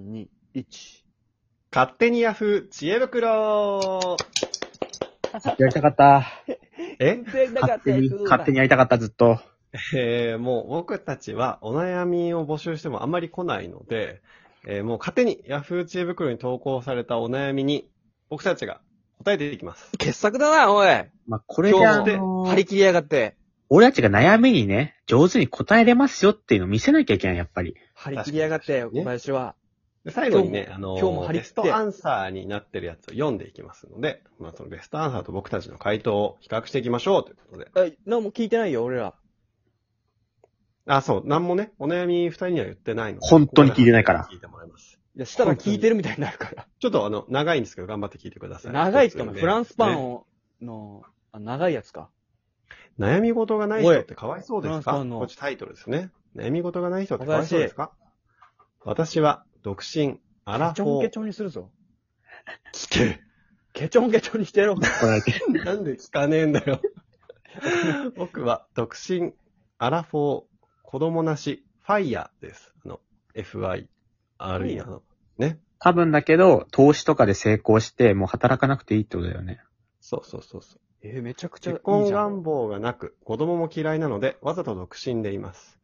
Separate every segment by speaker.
Speaker 1: 1。
Speaker 2: 勝手にヤフー知恵 袋
Speaker 1: やりたかった。
Speaker 2: え、
Speaker 1: 勝手に、勝手にやりたかった、ずっと。
Speaker 2: えーもう僕たちはお悩みを募集してもあんまり来ないので、えーもう勝手にヤフー知恵袋に投稿されたお悩みに僕たちが答えていきます。
Speaker 3: 傑作だな、おい。
Speaker 1: まあ、これで、あ
Speaker 2: 今日
Speaker 1: の
Speaker 3: 張り切りやがって。
Speaker 1: 俺たちが悩みにね、上手に答えれますよっていうのを見せなきゃいけない、やっぱり。
Speaker 3: 張り切りやがって、
Speaker 2: 確かに
Speaker 3: 小林は。
Speaker 2: で最後にね、あの
Speaker 3: 今日も張り
Speaker 2: ベ
Speaker 3: 切
Speaker 2: ス
Speaker 3: って
Speaker 2: トアンサーになってるやつを読んでいきますので、まあ、そのベストアンサーと僕たちの回答を比較していきましょうということで。
Speaker 3: え、何も聞いてないよ、俺ら。
Speaker 2: あ、そう、なんもね、お悩み二人には言ってないので。
Speaker 1: 本当に聞いてないから
Speaker 2: ここで聞いてもらいます。
Speaker 3: いや、したら聞いてるみたいになるか
Speaker 2: ちょっとあの、長いんですけど、頑張って聞いてくださ
Speaker 3: ら。
Speaker 2: い。
Speaker 3: 長いっすか、お前
Speaker 2: ね
Speaker 3: フランスパンを、の、あ長いやつか。
Speaker 2: 悩み事がない人ってかわいそうで
Speaker 3: お
Speaker 2: す
Speaker 3: いフランス
Speaker 2: か
Speaker 3: パンの
Speaker 2: こっちタイトルですね。悩み事がない人ってかわいそうですか私は、独身、アラ
Speaker 3: ケチ
Speaker 2: フ
Speaker 3: ョン
Speaker 2: ォ
Speaker 3: ケ
Speaker 2: ー
Speaker 3: チ。ョンにするぞ。
Speaker 2: 聞け
Speaker 3: ケチョンケチョンにしてやろう。
Speaker 1: これ だけ
Speaker 2: なんで聞かねえんだよ。 僕は、独身、アラフォー、子供なし、ファイヤーです。あの、FI、RE なの。
Speaker 1: 多分だけど、投資とかで成功して、もう働かなくていいってことだよね。
Speaker 2: そうそうそうそう。
Speaker 3: えめちゃくちゃい
Speaker 2: 結
Speaker 3: い
Speaker 2: 婚
Speaker 3: じゃん。
Speaker 2: 願望がなく、子供も嫌いなので、わざと独身でいます。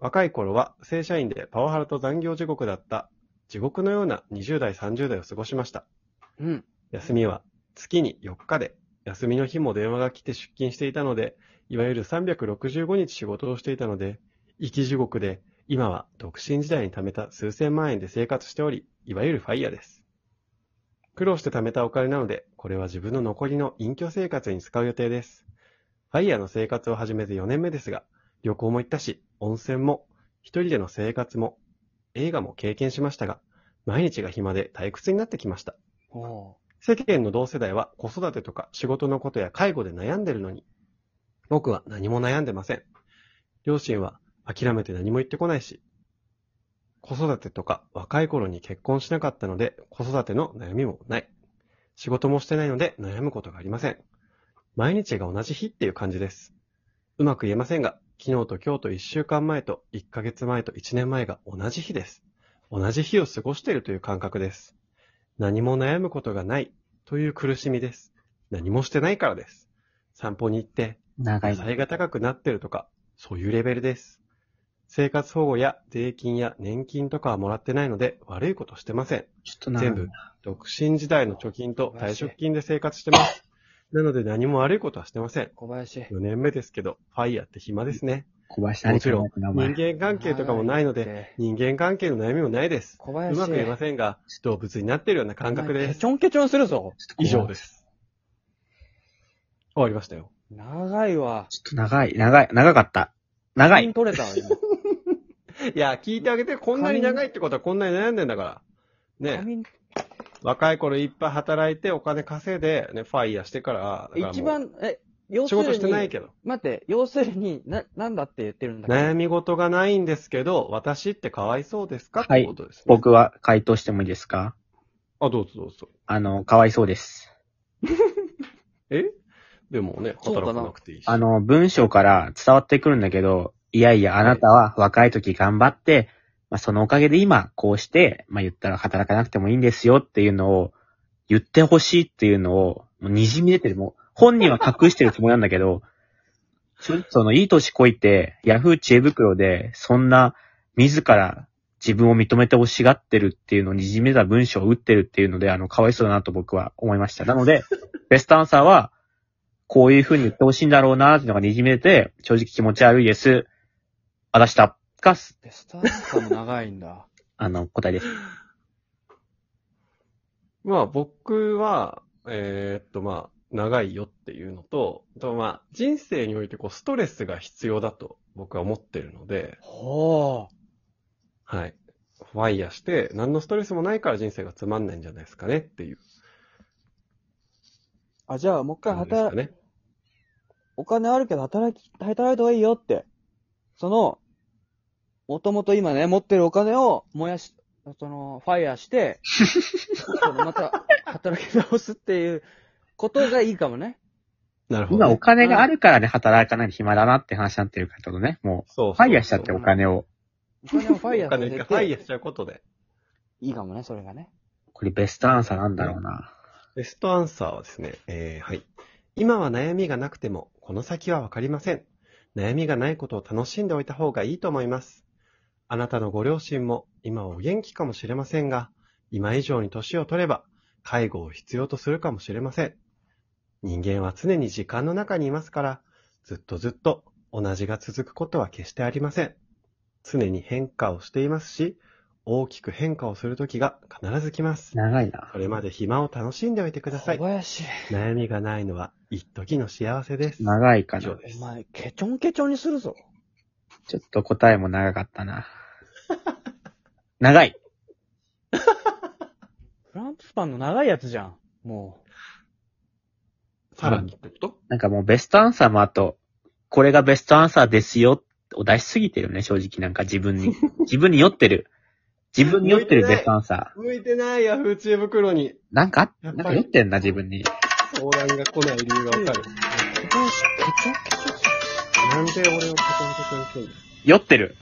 Speaker 2: 若い頃は正社員でパワハラと残業地獄だった、地獄のような20代、30代を過ごしました。
Speaker 3: うん。
Speaker 2: 休みは月に4日で、休みの日も電話が来て出勤していたので、いわゆる365日仕事をしていたので、生き地獄で、今は独身時代に貯めた数千万円で生活しており、いわゆるファイヤーです。苦労して貯めたお金なので、これは自分の残りの隠居生活に使う予定です。ファイヤーの生活を始めて4年目ですが、旅行も行ったし、温泉も、一人での生活も、映画も経験しましたが、毎日が暇で退屈になってきました。
Speaker 3: お
Speaker 2: 世間の同世代は子育てとか仕事のことや介護で悩んでるのに、僕は何も悩んでません。両親は諦めて何も言ってこないし、子育てとか若い頃に結婚しなかったので子育ての悩みもない。仕事もしてないので悩むことがありません。毎日が同じ日っていう感じです。うまく言えませんが、昨日と今日と1週間前と1ヶ月前と1年前が同じ日です。同じ日を過ごしているという感覚です。何も悩むことがないという苦しみです。何もしてないからです。散歩に行って、
Speaker 1: 長
Speaker 2: 野
Speaker 1: いな。
Speaker 2: 菜が高くなってるとか、そういうレベルです。生活保護や税金や年金とかはもらってないので悪いことしてません。
Speaker 1: ちょっと長い
Speaker 2: 全
Speaker 1: な。
Speaker 2: 部、独身時代の貯金と退職金で生活してます。なので何も悪いことはしてません。
Speaker 3: 小林。
Speaker 2: 4年目ですけど、ファイヤーって暇ですね。
Speaker 1: 小林
Speaker 2: も
Speaker 1: 何
Speaker 2: ち
Speaker 1: 考
Speaker 2: ろん
Speaker 1: えてんだ、お
Speaker 2: 人
Speaker 1: 前。
Speaker 2: 間関係とかもないので、
Speaker 3: で。
Speaker 2: 人間関係の悩みもないです。
Speaker 3: 小
Speaker 2: う
Speaker 3: 林。
Speaker 2: まく言えませんが、動物になってるような感覚で
Speaker 3: ケ
Speaker 2: す
Speaker 3: チ。ョンケチョンするぞ。
Speaker 2: 以上です。終わりましたよ。
Speaker 3: 長いわ。
Speaker 1: ちょっと長い、長い、長かった。長
Speaker 3: 金
Speaker 1: い。
Speaker 3: 取れたわ、今。
Speaker 2: いや、聞いてあげて、こんなに長いってことはこんなに悩んでんだから。ね、
Speaker 3: 紙
Speaker 2: 若い頃いっぱい働いてお金稼いで、ね、ファイヤーしてから、だからもう
Speaker 3: 一番、え、要す
Speaker 2: 仕
Speaker 3: るに。
Speaker 2: 事してないけど。
Speaker 3: 待って、要するに、な、なんだって言ってるんだっけ
Speaker 2: 悩み事がないんですけど、私ってかわいそうですか、
Speaker 1: はい
Speaker 2: ってことです、ね。
Speaker 1: 僕は回答してもいいですか
Speaker 2: あ、どうぞどうぞ。
Speaker 1: あの、かわいそうです。
Speaker 2: えでもね、
Speaker 3: そうかな
Speaker 2: 働かなくていいし。
Speaker 1: あの、文章から伝わってくるんだけど、いやいや、あなたは若い時頑張って、まあ、そのおかげで今、こうして、まあ、言ったら働かなくてもいいんですよっていうのを、言ってほしいっていうのを、もう滲み出てる。もう、本人は隠してるつもりなんだけ ど、ちょその、いい年こいて、ヤフー知恵袋で、そんな、自ら自分を認めて欲しがってるっていうのを滲み出た文章を打ってるっていうので、あの、かわいそうだなと僕は思いました。なの で、ベストアンサーは、こういう風に言ってほしいんだろうなーっていうのが滲み出て、正直気持ち悪いです。あだした。が、
Speaker 3: ベストアンサーも長いんだ。
Speaker 1: あの、答えです。
Speaker 2: まあ僕は、えーっとまあ、長いよっていうのと、あとまあ、人生においてこう、ストレスが必要だと僕は思ってるので、
Speaker 3: ほ
Speaker 2: はい。ファイヤーして、何のストレスもないから人生がつまんないんじゃないですかねっていう
Speaker 3: う。あ、じゃあ、もう一回
Speaker 2: 感じですか
Speaker 3: 働、
Speaker 2: ね。
Speaker 3: お金あるけど働き、働いた方がいいよって。その、もともと今ね、持ってるお金を燃やし、その、ファイヤー して、そのまた、働き直すっていうことがいいかもね。
Speaker 2: なるほど、
Speaker 1: 今お
Speaker 2: ね。
Speaker 1: 金があるからね、働かないで暇だなって話になってるからってことね。も
Speaker 2: そうそう
Speaker 1: う、ファイヤーしちゃってお金を。
Speaker 3: お金をファイヤー
Speaker 2: お
Speaker 3: さ
Speaker 2: 金
Speaker 3: せ
Speaker 2: が
Speaker 3: て、
Speaker 2: ファイヤーしちゃうことで。
Speaker 3: いいかもね、それがね。
Speaker 1: これベストアンサーなんだろうな。
Speaker 2: ベストアンサーはですね、えー、はい。今は悩みがなくても、この先はわかりません。悩みがないことを楽しんでおいた方がいいと思います。あなたのご両親も、今はお元気かもしれませんが、今以上に年を取れば、介護を必要とするかもしれません。人間は常に時間の中にいますから、ずっとずっと同じが続くことは決してありません。常に変化をしていますし、大きく変化をする時が必ず来ます。
Speaker 1: 長いな。
Speaker 2: それまで暇を楽しんでおいてください
Speaker 3: 小。林、
Speaker 2: 悩みがないのは、一時の幸せです。
Speaker 1: 長いか
Speaker 2: 以
Speaker 1: な
Speaker 2: 上。で
Speaker 3: お
Speaker 2: す。
Speaker 3: 前、ケチョンケチョンにするぞ。
Speaker 1: ちょっと答えも長かったな。 長い。
Speaker 3: フランスパンの長いやつじゃん。も
Speaker 2: さらにってこと
Speaker 1: なんかもうベストアンサーもあと、これがベストアンサーですよを出しすぎてるね、正直なんか自分に。自分に酔ってる。自分に酔ってるベストアンサー。
Speaker 2: 向いてないヤフー知恵袋に
Speaker 1: なんかあ、
Speaker 2: やっ
Speaker 1: なん
Speaker 2: ぱり
Speaker 1: か酔ってんな、自分に。
Speaker 2: 相談が来ない理由がわかる。
Speaker 3: う。小林、ケチョンケチョン
Speaker 2: なんで俺をカチャンカチャンしてんの
Speaker 1: 酔ってる。